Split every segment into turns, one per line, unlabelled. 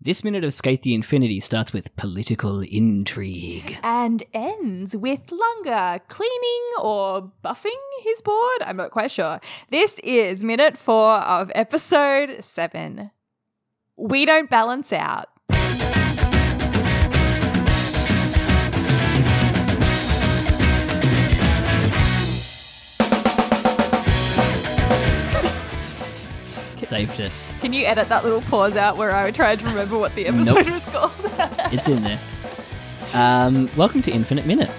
This minute of Skate the Infinity starts with political intrigue.
and ends with Lunga cleaning or buffing his board. I'm not quite sure. This is minute four of episode seven. We don't balance out.
Saved it.
Can you edit that little pause out where I tried to remember what the episode was called?
It's in there. Um, welcome to Infinite Minute.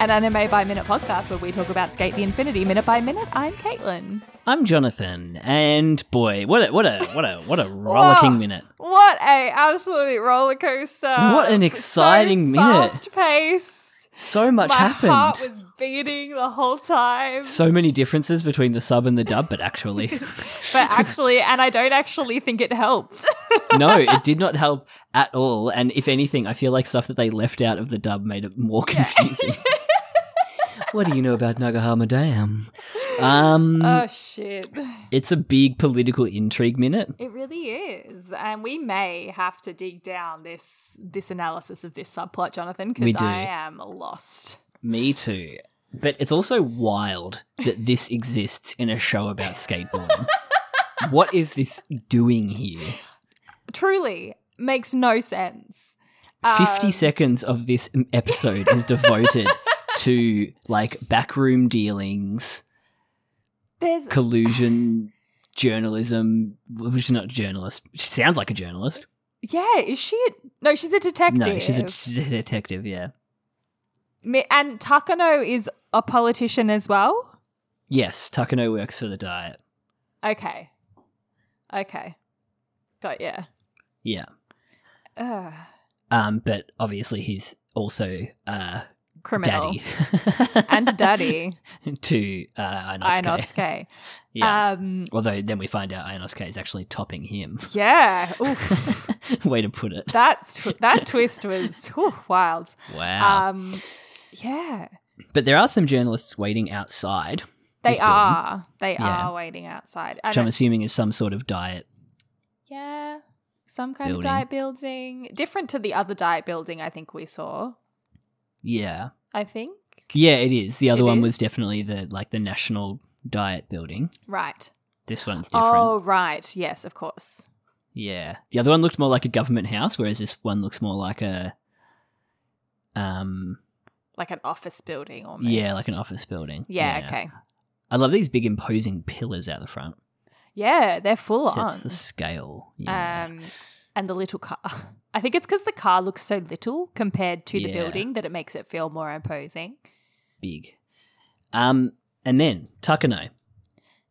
An anime by minute podcast where we talk about Skate the Infinity minute by minute. I'm Caitlin.
I'm Jonathan, and boy, what a what a what a what a rollicking
Whoa.
minute.
What a absolute roller coaster!
What an exciting minute.
Fast paced.
So much
My
happened.
heart was beating the whole time.
so many differences between the sub and the dub, but actually,
but actually, and I don't actually think it helped.
no, it did not help at all. And if anything, I feel like stuff that they left out of the dub made it more confusing. what do you know about Nagahama Dam? Um,
oh shit!
it's a big political intrigue minute.
It really is, and we may have to dig down this this analysis of this subplot, Jonathan,
We
because
do.
I am lost.
Me too. But it's also wild that this exists in a show about skateboarding. what is this doing here?
Truly makes no sense. Um,
50 seconds of this m- episode is devoted to like backroom dealings,
There's
collusion, journalism. Well, she's not a journalist. She sounds like a journalist.
yeah, is she? A, no, she's a detective.
No, she's a d- detective, yeah.
Mi- and Takano is a politician as well.
Yes, Takano works for the diet.
Okay, okay, got yeah.
Yeah.
Ugh.
Um, but obviously he's also uh
Criminal
daddy.
and daddy.
to uh, Inosuke.
Inosuke.
Yeah.
Um,
Although then we find out Inosuke is actually topping him.
yeah. Oof.
Way to put it.
That's that twist was whew, wild.
Wow.
Um, yeah,
but there are some journalists waiting outside,
they
This building.
are. They
Yeah.
are waiting outside. I
which I'm
don't-
assuming is some sort of diet.
yeah, some kind
Building.
of diet building, different to the other diet building. I think we saw.
Yeah.
I think
Yeah, it is. The other
It
one was
is?
definitely the like the national diet building.
right.
This one's different.
Oh, right. Yes, of course.
Yeah. The other one looked more like a government house, whereas this one looks more like a um
Like an office building, almost.
yeah, like an office building.
Yeah. Okay.
I love these big imposing pillars out the front.
Yeah, they're full
Sets
on.
the scale. Yeah.
um, and the little car. I think it's because the car looks so little compared to the
Yeah.
building that it makes it feel more imposing.
big. Um, and then Takano.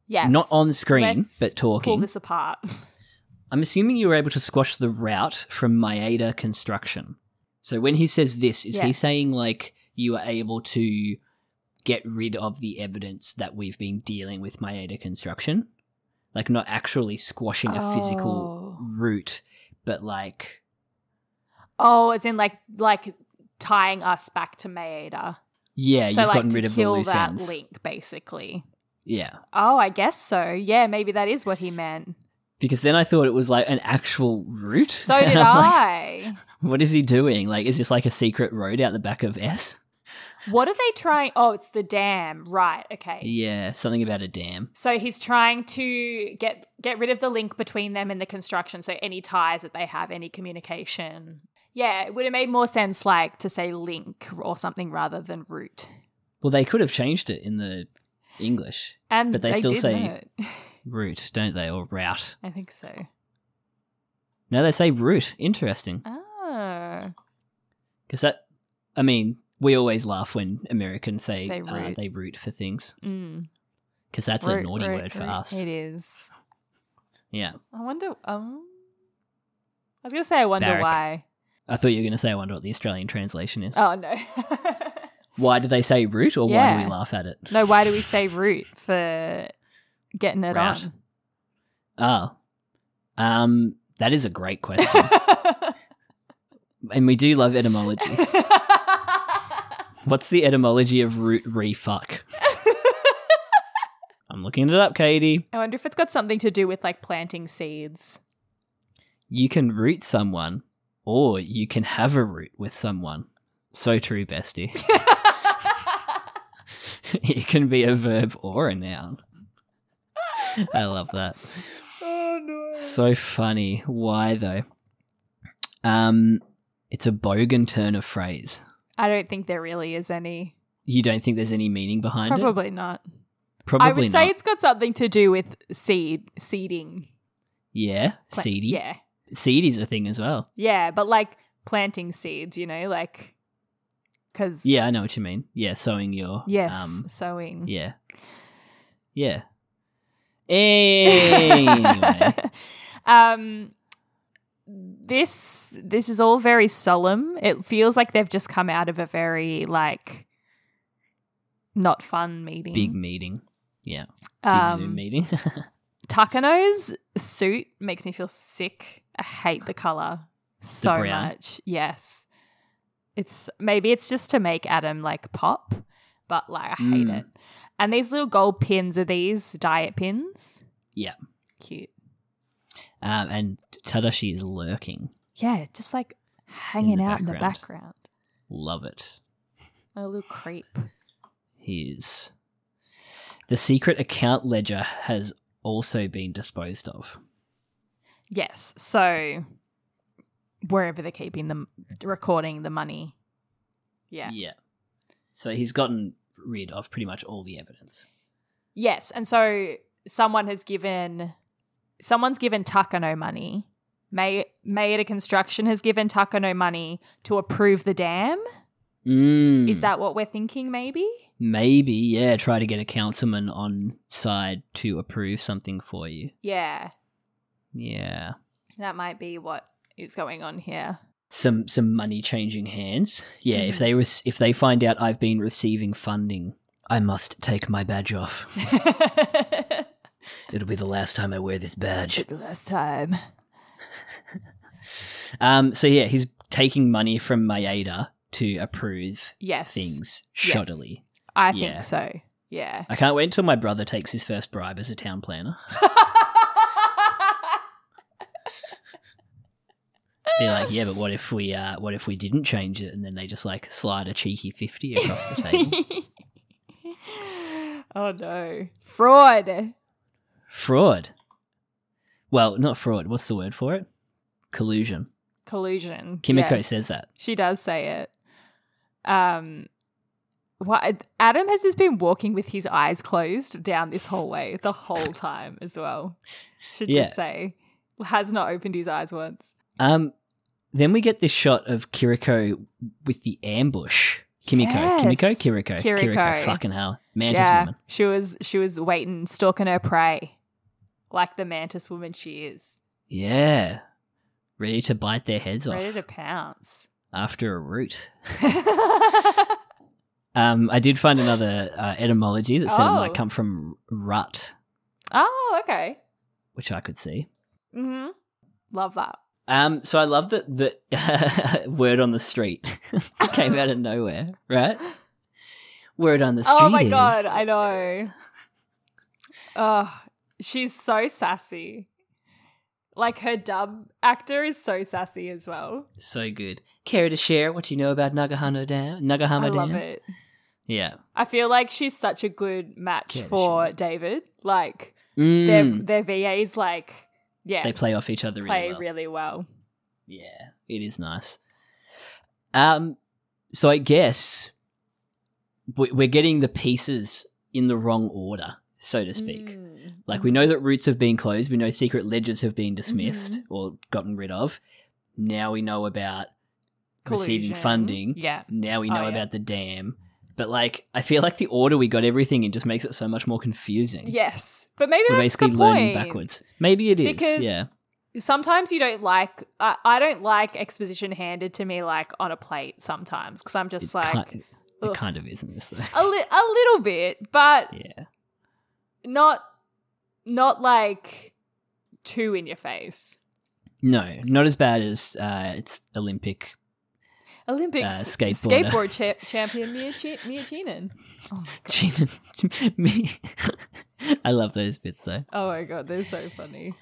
Yes.
Not on screen,
Let's
but talking.
Pull this apart.
I'm assuming you were able to squash the route from Maeda Construction. So when he says this, is he
Yes.
saying like you were able to get rid of the evidence that we've been dealing with Maeda Construction? Like not actually squashing a physical
Oh.
route, but like
Oh, as in like like tying us back to Maeda.
yeah,
so
you've
like
gotten
to
rid of the
kill
loose
that
ends.
link, basically.
Yeah.
Oh, I guess so. Yeah, maybe that is what he meant.
Because then I thought it was like an actual route.
So did
And I'm like,
I.
What is he doing? Like, is this like a secret road out the back of S?
What are they trying? Oh, it's the dam. Right. Okay.
Yeah, something about a dam.
So he's trying to get get rid of the link between them and the construction. So any ties that they have, any communication. Yeah, it would have made more sense like to say link or something rather than route.
Well, they could have changed it in the English
And
But they still
did
say-
not.
route, don't they? Or route.
I think so.
No, they say route. Interesting.
Oh.
Because that, I mean, we always laugh when Americans say,
Say
uh,
route.
they root for things.
Mm.
Because that's a
Root,
naughty
root,
word for
root.
us.
It is.
Yeah.
I wonder. Um, I was gonna say I wonder
Barrack.
why.
I thought you were going to say, I wonder what the Australian translation is.
Oh no,
Why do they say root or why do
Yeah.
we laugh at it?
no. Why do we say root for getting it
Route.
on?
Oh. Um, that is a great question. and we do love etymology. What's the etymology of root refuck? I'm looking it up, Katie.
I wonder if it's got something to do with like planting seeds.
You can root someone or you can have a root with someone. So true, bestie. it can be a verb or a noun. I love that.
Oh no.
So funny. Why though? Um it's a bogan turn of phrase.
I don't think there really is any.
You don't think there's any meaning behind it?
Probably not.
Probably
I would
not.
say it's got something to do with seed seeding.
yeah,
Pla-
seedy.
Yeah.
Seedy's a thing as well.
Yeah, but like planting seeds, you know, like cuz
Yeah, I know what you mean. Yeah, sowing your
yes,
um,
sowing.
yeah, yeah. Anyway,
um this this is all very solemn. It feels like they've just come out of a very like not fun meeting.
big meeting. Yeah, big Zoom
um,
meeting.
Takano's suit makes me feel sick. I hate the color so
brown?
much. Yes. It's maybe it's just to make Adam like pop, but like I hate
Mm.
it. And these little gold pins are these diet pins.
yeah,
Cute.
um, and Tadashi is lurking.
Yeah, just like hanging
the
out in the background.
Love it.
A little creep.
He is. The secret account ledger has also been disposed of.
Yes. So wherever they're keeping them recording the money. Yeah.
yeah. So he's gotten rid of pretty much all the evidence.
Yes, and so someone has given someone's given Takano money. May Maeda Construction has given Takano money to approve the dam.
Mm.
Is that what we're thinking? Maybe.
maybe yeah try to get a councilman on side to approve something for you
Yeah,
yeah
that might be what is going on here.
some some money changing hands yeah if they re- if they find out i've been receiving funding i must take my badge off
the
it'll be the last time i wear this badge
last time.
um so yeah he's taking money from maeda to approve
Yes,
things shoddily
I
Yeah.
think so. Yeah.
i can't wait until my brother takes his first bribe as a town planner be like, yeah, but what if we uh, what if we didn't change it and then they just like slide a cheeky fifty across the table?
oh no, fraud.
fraud. Well, not fraud. What's the word for it? Collusion.
collusion.
Kimiko
yes.
says that.
she does say it. Um, what Adam has just been walking with his eyes closed down this hallway the whole time as well. Should
Yeah.
just say has not opened his eyes once.
Um, then we get this shot of Kiriko with the ambush. Kimiko, Kimiko,
Yes.
Kiriko,
Kiriko.
Fucking hell, mantis
yeah,
woman.
she was she was waiting, stalking her prey, like the mantis woman she is,
Yeah, ready to bite their heads
ready
off
to pounce.
after a root. Um, I did find another uh, etymology that said it
Oh.
might come from rut,
oh, okay.
which I could see.
hmm Love that.
Um, so I love that the word on the street came out of nowhere, right? Word on the street.
Oh my
is-
god, I know. Oh, she's so sassy. Like her dub actor is so sassy as well.
so good. Care to share what you know about Nagahano Dam? Nagahama
I love
Dam?
it.
Yeah.
I feel like she's such a good match
Yeah,
for David. Like
Mm.
their their VAs like yeah,
They play off each other really
play
well.
really well.
Yeah, it is nice. Um, so I guess we- we're getting the pieces in the wrong order, so to speak.
Mm.
Like we know that routes have been closed, we know secret ledgers have been dismissed
Mm-hmm.
or gotten rid of. Now we know about receiving
Collusion.
funding.
Yeah.
Now we know
Oh, yeah.
about the dam. But like, I feel like the order we got everything in just makes it so much more confusing.
Yes, but maybe
We're
that's the
basically
point.
learning backwards. Maybe it is.
Because-
yeah.
Sometimes you don't like. I I don't like exposition handed to me like on a plate sometimes because I'm just
It,
like
kind, it
ugh.
kind of isn't this though.
a, li- a little bit, but
yeah.
not not like too in your face.
No, not as bad as uh, it's Olympic.
Olympics
Uh, skateboarder.
skateboard cha- champion Mia, Chi Mia Cheanan. Oh my god!
Gina, me. I love those bits though.
Oh my god! They're so funny.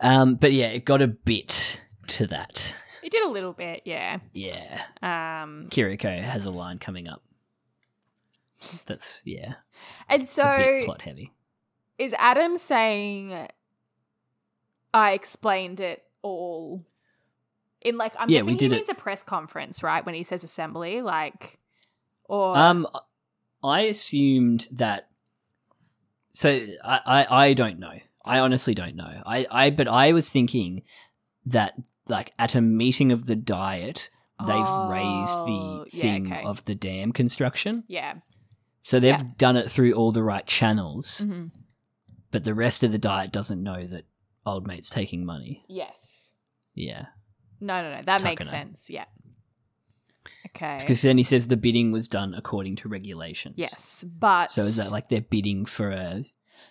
Um, but yeah, it got a bit to that.
It did a little bit, yeah.
Yeah.
Um,
Kiriko has a line coming up. That's yeah,
and
a
so
bit plot heavy.
is Adam saying, "I explained it all"? In like, I'm
Yeah,
guessing
we did
he
it-
means a press conference, right? When he says assembly, like, or
Um, I assumed that. So I, I, I don't know. I honestly don't know. I, I, but I was thinking that like at a meeting of the diet, they've
Oh,
raised the
yeah,
thing
okay.
of the dam construction.
yeah,
So they've
Yeah.
done it through all the right channels,
Mhm.
but the rest of the diet doesn't know that old mate's taking money.
yes,
Yeah.
no, no, no, that makes
Takano.
sense. Yeah. Okay.
Because then he says the bidding was done according to regulations.
Yes, but
So is that like they're bidding for a?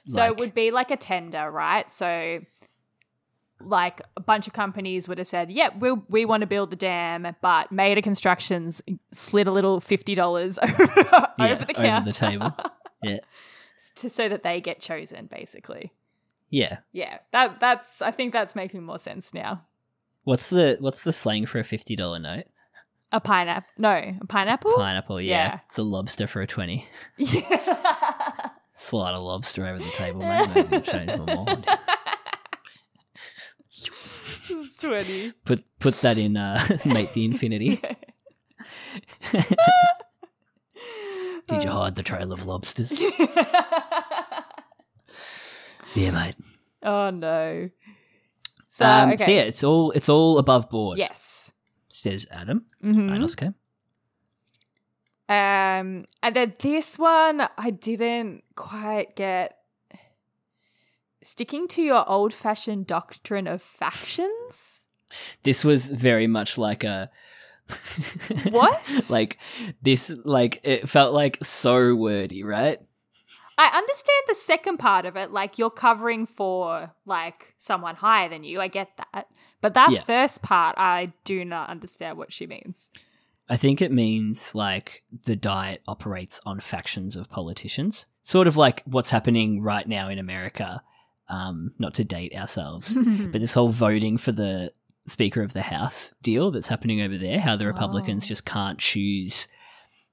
So it
like-
would be like a tender, right? So like a bunch of companies would have said, "Yep, we we want to build the dam," but Maida Constructions slid a little fifty dollars over,
Yeah,
over the counter
table? Yeah,
to, so that they get chosen, basically.
yeah.
Yeah, that that's I think that's making more sense now.
What's the what's the slang for a fifty dollar note?
A pineapple? No, a pineapple.
Pineapple. Yeah.
yeah.
It's a lobster for a twenty.
yeah.
Slide a lobster over the table, mate. and it'll change my mind.
this is twenty.
Put put that in. Uh, mate, the infinity. Did you hide the trail of lobsters? yeah, mate.
oh no. So,
Um,
okay.
So yeah, it's all it's all above board.
Yes.
says Adam.
Mhm.
Inosuke.
Um, and then this one I didn't quite get. Sticking to your old-fashioned doctrine of factions.
This was very much like a
What?
like this like it felt like so wordy, right?
I understand the second part of it, like you're covering for like someone higher than you. I get that, but that
Yeah.
first part, I do not understand what she means.
I think it means like the diet operates on factions of politicians, sort of like what's happening right now in America. Um, not to date ourselves, but this whole voting for the Speaker of the House deal that's happening over there, how the Republicans just can't choose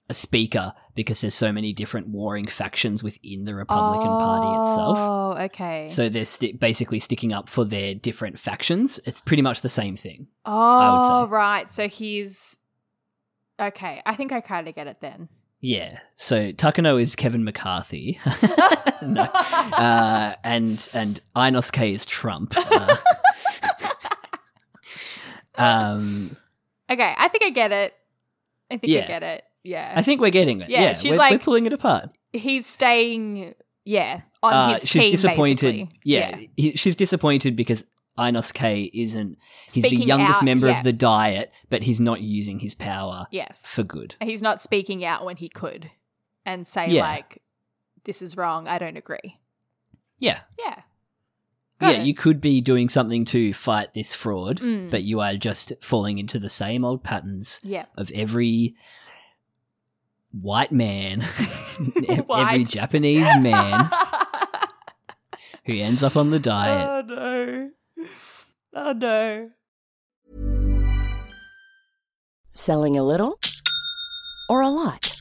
a speaker because there's so many different warring factions within the Republican Party itself.
Oh, okay.
So they're sti basically sticking up for their different factions. It's pretty much the same thing. would say.
oh, right. So he's okay. I think I kind of get it then.
Yeah. So Takano is Kevin McCarthy. no. Uh, and and Inosuke is Trump. Uh, um,
Okay, I think I get it. I think I
Yeah.
get it. Yeah.
I think we're getting it.
Yeah,
Yeah,
she's
we're, we're
like-
pulling it apart.
he's staying, yeah, on
Uh,
his
she's
team,
disappointed.
basically.
Yeah, He, she's disappointed because Inosuke isn't. He's the
Speaking
youngest
out,
member
yeah.
of the diet, but he's not using his power
Yes.
for good.
He's not speaking out when he could and say,
Yeah.
like, this is wrong. I don't agree.
Yeah.
Yeah. Got
yeah,
it.
you could be doing something to fight this fraud,
Mm.
but you are just falling into the same old patterns
Yeah.
of every white man, ev- every
White.
Japanese man who ends up on the diet.
oh, no. Oh, no.
Selling a little or a lot?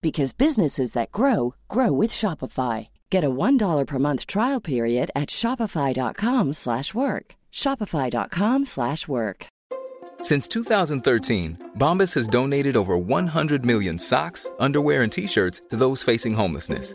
Because businesses that grow grow with Shopify. Get a $1 per month trial period at Shopify.com slash work. Shopify.com slash work.
Since 2013, Bombas has donated over 100 million socks, underwear, and t shirts to those facing homelessness.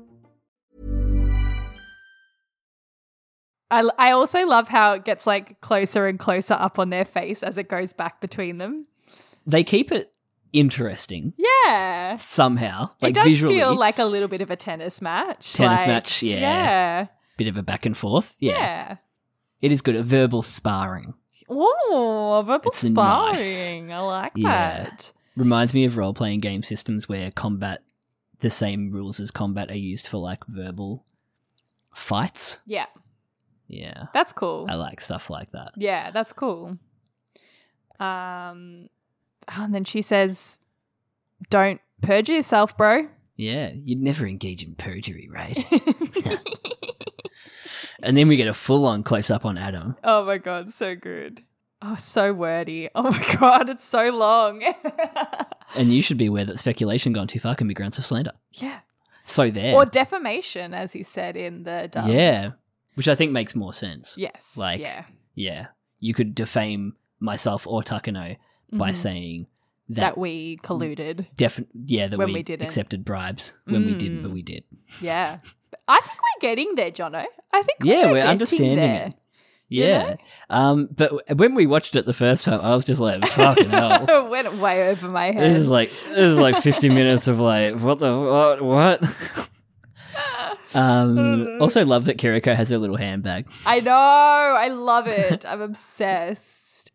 I, I also love how it gets like closer and closer up on their face as it goes back between them.
They keep it interesting
Yeah.
somehow, like
it does
visually.
feel like a little bit of a tennis match.
Tennis
like-
match, yeah.
Yeah.
bit of a back and forth. Yeah,
Yeah.
it is good. A verbal sparring
Oh, a verbal
It's
sparring.
nice.
I like
Yeah.
that.
reminds me of role playing game systems where combat, the same rules as combat, are used for like verbal fights.
Yeah.
Yeah,
That's cool.
I like stuff like that.
Yeah, that's cool. Um, oh, and then she says, "Don't perjure yourself, bro."
Yeah, you'd never engage in perjury, right? and then we get a full on close up on Adam.
Oh my god, so good. Oh, so wordy. Oh my god, it's so long.
And you should be aware that speculation gone too far can be grounds of slander.
yeah,
So there.
or defamation, as he said in the dub.
yeah. Which I think makes more sense.
Yes.
Like-
yeah.
Yeah. You could defame myself or Takano by
Mhm.
saying
that,
that, Mm.
we colluded.
defi- yeah, that
When
we,
we didn't.
accepted bribes when we didn't, but
Mm.
we did.
yeah, I think we're getting there, Jono. I think
Yeah,
we're,
we're
getting
understanding
there.
it. Yeah. Um but w- when we watched it the first time, I was just like, fucking hell.
Went way over my head.
This is like this is like fifty minutes of like what the what what.
Uh-huh.
um, also, love that Kiriko has her little handbag.
I know. I love it. I'm obsessed.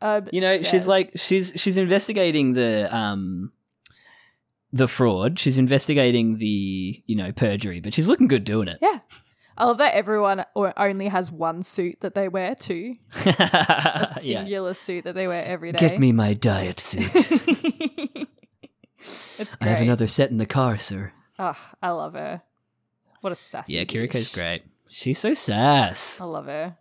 You know, she's like
Obsessed.
she's she's investigating the um the fraud. She's investigating the you know perjury, but she's looking good doing it.
yeah. I love that everyone o- only has one suit that they wear too. A
yeah.
singular suit that they wear every day.
Get me my diet suit.
It's
I
great.
have another set in the car, sir.
Oh, I love her. What a sassy.
Yeah, Kiriko's
bitch.
great. She's so sass.
I love her.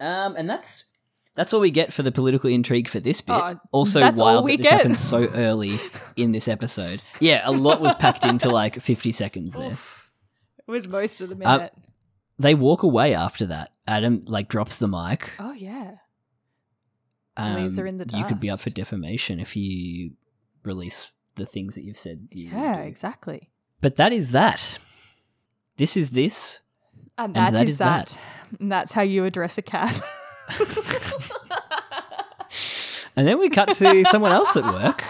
Um, and that's that's all we get for the political intrigue for this bit.
Oh,
also,
that's all
wild that
we
this
get.
happened so early in this episode. Yeah, a lot was packed into like fifty seconds there.
It was most
Uh,
of the minute.
They walk away after that. Adam like drops the mic.
oh yeah.
Um,
leaves her in the
You could be up
dust.
for defamation if you release the things that you've said. You would
Yeah,
do.
exactly.
But that is that. This is this.
And,
And
that is, that.
that.
And that's how you address a cat.
And then we cut to someone else at work.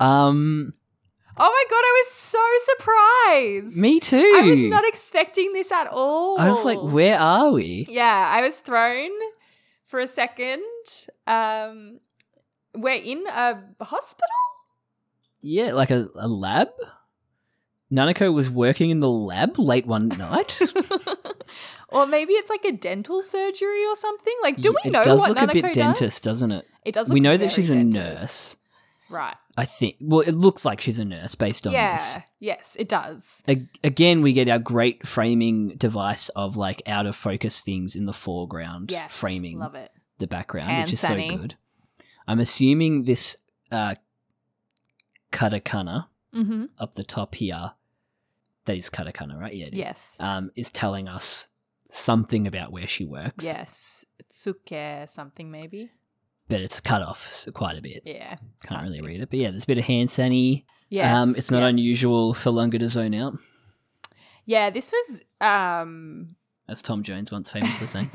Um,
Oh my god, I was so surprised.
me too.
I was not expecting this at all.
I was like, where are we?
Yeah, I was thrown for a second. Um we're in a hospital?
Yeah, like a, a lab. Nanako was working in the lab late one night.
Or maybe it's like a dental surgery or something. Like, do we
it
know
does
what
look
Nanako
a bit
does?
dentist, doesn't it?
It does
we
look
know that
very
she's
dentist.
a nurse.
Right.
I think. Well, it looks like she's a nurse based on
yeah.
this.
Yes, it does.
A- again, we get our great framing device of like out of focus things in the foreground,
Yes.
framing
Love it.
the background,
Hand
which is so
sunny.
good. I'm assuming this uh, katakana
Mm-hmm.
up the top here. That is katakana, right? Yeah, it is.
Yes.
Um, is telling us something about where she works.
Yes. Tsuke something maybe.
But it's cut off s- quite a bit.
Yeah.
Can't really
see.
read it. But yeah, there's a bit of hand sani.
Yes.
Um, it's not
yeah.
unusual for Lunga to zone out,
Yeah, this was um
as Tom Jones once famously saying.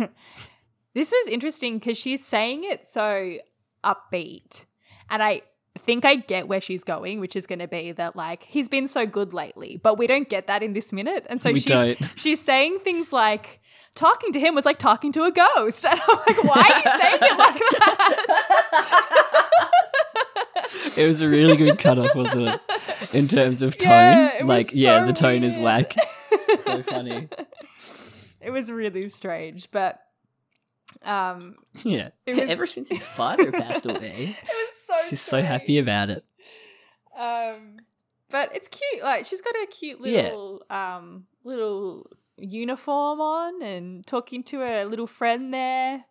this was interesting because she's saying it so upbeat. And I think I get where she's going, which is gonna be that like he's been so good lately, but we don't get that in this minute. And so
We
she's
don't.
she's saying things like talking to him was like talking to a ghost. And I'm like, why are you saying it like that?
It was a really good cutoff, wasn't it? In terms of tone.
Yeah, it was
like, yeah,
so
the tone is
weird.
whack. so funny.
It was really strange, but Um,
Yeah.
It was-
Ever since his father passed away,
it was so.
she's so happy about it.
Um, but it's cute. Like she's got a cute
Yeah.
little um little uniform on and talking to her little friend there.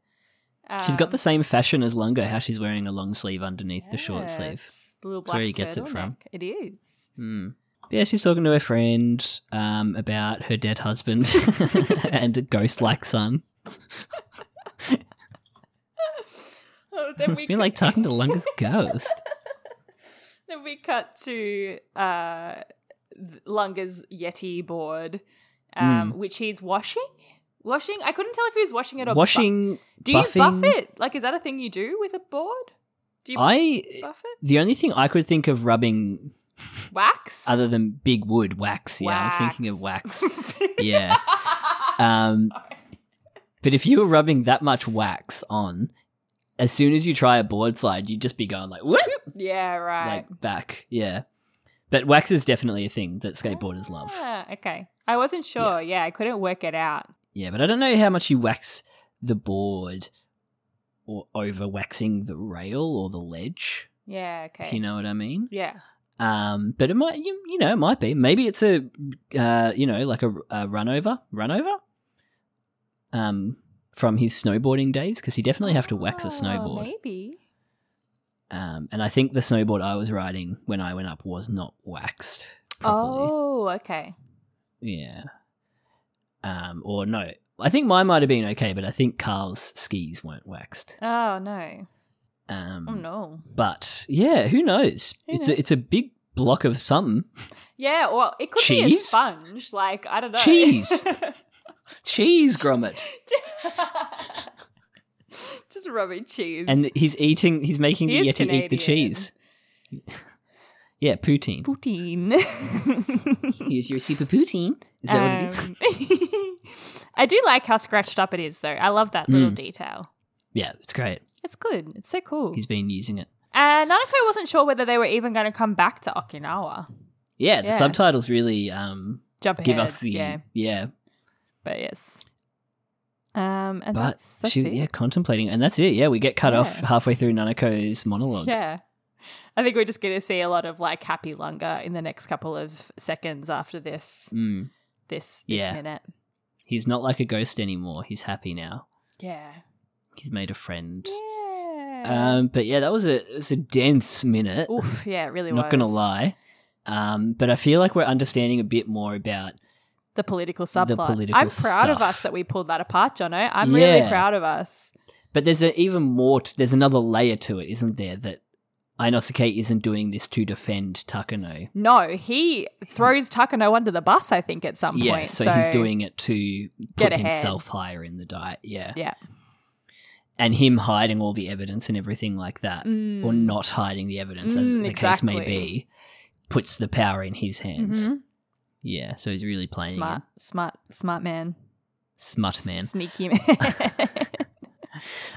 Um,
She's got the same fashion as Lungo, how she's wearing a long sleeve underneath the short sleeve.
yes, Little
That's where
black
he gets it from.
turtleneck. It is.
Mm. Yeah, she's talking to her friend um, about her dead husband and a ghost like son.
Oh, then
It's
we
been
cut-
like talking to Lunga's ghost.
then we cut to uh th- Lunga's Yeti board, um,
Hmm.
which he's washing. Washing. I couldn't tell if he was washing it or bu-
Washing.
do
buffing.
you buff it? Like, is that a thing you do with a board? Do you
I.
buff it?
The only thing I could think of rubbing
Wax.
other than big wood wax. Yeah, I was thinking of wax. yeah. Um, but if you were rubbing that much wax on, as soon as you try a board slide, you'd just be going like whoop,
yeah. Right.
like back. Yeah. But wax is definitely a thing that skateboarders love.
Ah, okay. I wasn't sure. Yeah. I couldn't work it out.
Yeah, but I don't know how much you wax the board or over waxing the rail or the ledge,
Yeah. Okay.
if you know what I mean.
Yeah.
Um, but it might, you, you know, it might be. Maybe it's a, uh, you know, like a, a run over, run over, um, from his snowboarding days because he definitely have to wax a
Oh,
snowboard.
Maybe.
Um, and I think the snowboard I was riding when I went up was not waxed properly.
Oh. Okay.
Yeah. Um, or no, I think mine might have been okay, but I think Carl's skis weren't waxed.
Oh no.
Um,
Oh no.
But yeah, who knows?
Who
it's
knows?
a it's a big block of something.
Yeah. Well, it could be a
Cheese?
sponge. Like I don't know.
Cheese. Cheese grommet,
Just rubbing cheese.
and he's eating. He's making
He
the
is
yeti eat the
Canadian.
cheese. yeah, poutine.
poutine.
Here's your super poutine. Is that what it is?
Um, I do like how scratched up it is, though. I love that little
Mm.
detail.
Yeah, it's great.
It's good. It's so cool.
He's been using it.
And Nanako wasn't sure whether they were even going to come back to Okinawa.
Yeah, the
Yeah.
subtitles really um,
Jump
give
ahead,
us the
yeah,
yeah.
but yes. Um, and
but
that's, that's
she
it.
yeah contemplating, and that's it. Yeah, we get cut off
Yeah.
halfway through Nanako's monologue.
Yeah. I think we're just going to see a lot of like happy Lunga in the next couple of seconds after this
Mm.
this this
Yeah.
minute.
He's not like a ghost anymore. He's happy now.
Yeah.
He's made a friend.
Yeah.
Um, but yeah, that was a it was a dense minute.
Oof. Yeah. It really.
not
was.
gonna lie. Um, but I feel like we're understanding a bit more about
the political subplot.
political
I'm proud of
stuff.
us that we pulled that apart, Jono. I'm really
Yeah.
proud of us.
but there's a, even more to, there's another layer to it, isn't there, that Inosuke isn't doing this to defend Takano.
No, he throws Takano under the bus, I think, at some
Yeah,
point.
so, he's doing it to
Get
put
ahead.
himself higher in the diet. Yeah.
Yeah.
And him hiding all the evidence and everything like that, or
Mm.
not hiding the evidence, as
Mm,
the case
exactly.
may be, puts the power in his hands.
Mhm.
Yeah, so he's really playing
Smart, smart, smart man.
it. smut man.
Sneaky man.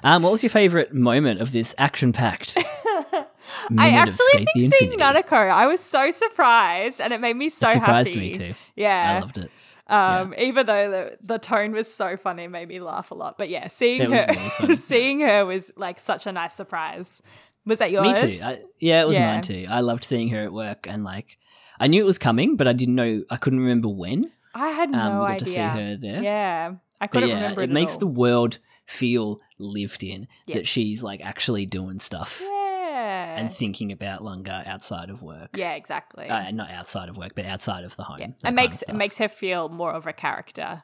Um, what was your favourite moment of this action-packed?
I
Minute of
actually
Skate the
think seeing
Infinity.
Nanako, I was so surprised and it made me so
it surprised
happy.
me too.
Yeah.
I loved it.
Um, even though the, the tone was so funny, it made me laugh a lot. But yeah, seeing
That was
her,
really funny.
seeing her was like such a nice surprise. Was that yours?
Me too. I, yeah, it was
Yeah.
mine too. I loved seeing her at work and like I knew it was coming, but I didn't know I couldn't remember when.
I had no
Um, we got
idea.
to see her there.
Yeah, I
But
couldn't
yeah,
remember.
it,
It, at
makes
all.
the world feel lived in
Yeah.
that she's like actually doing stuff
yeah
and thinking about Lunga outside of work.
yeah exactly.
Uh, not outside of work, but outside of the home.
yeah.
that
It
kind
makes
of
it
stuff.
makes her feel more of a character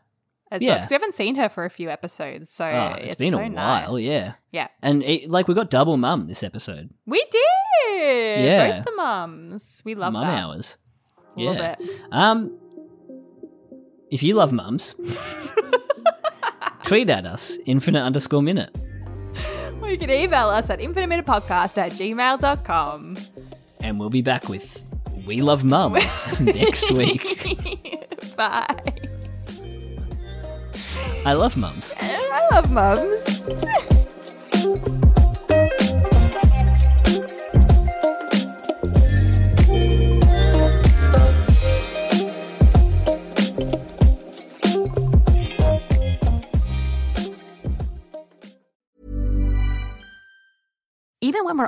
as well
Yeah.
because we haven't seen her for a few episodes. So
Oh,
it's
it's been
so
a while,
nice.
yeah.
yeah.
And it, like we got double mum this episode.
We did.
Yeah.
both the mums. We love
mum
that.
hours.
Love
yeah.
it.
Um, if you love mums, tweet at us infinite underscore minute.
Or you can email us at infiniteminutepodcast at gmail.com.
and we'll be back with We Love Mums next week.
Bye.
I love mums.
I love mums.
when we're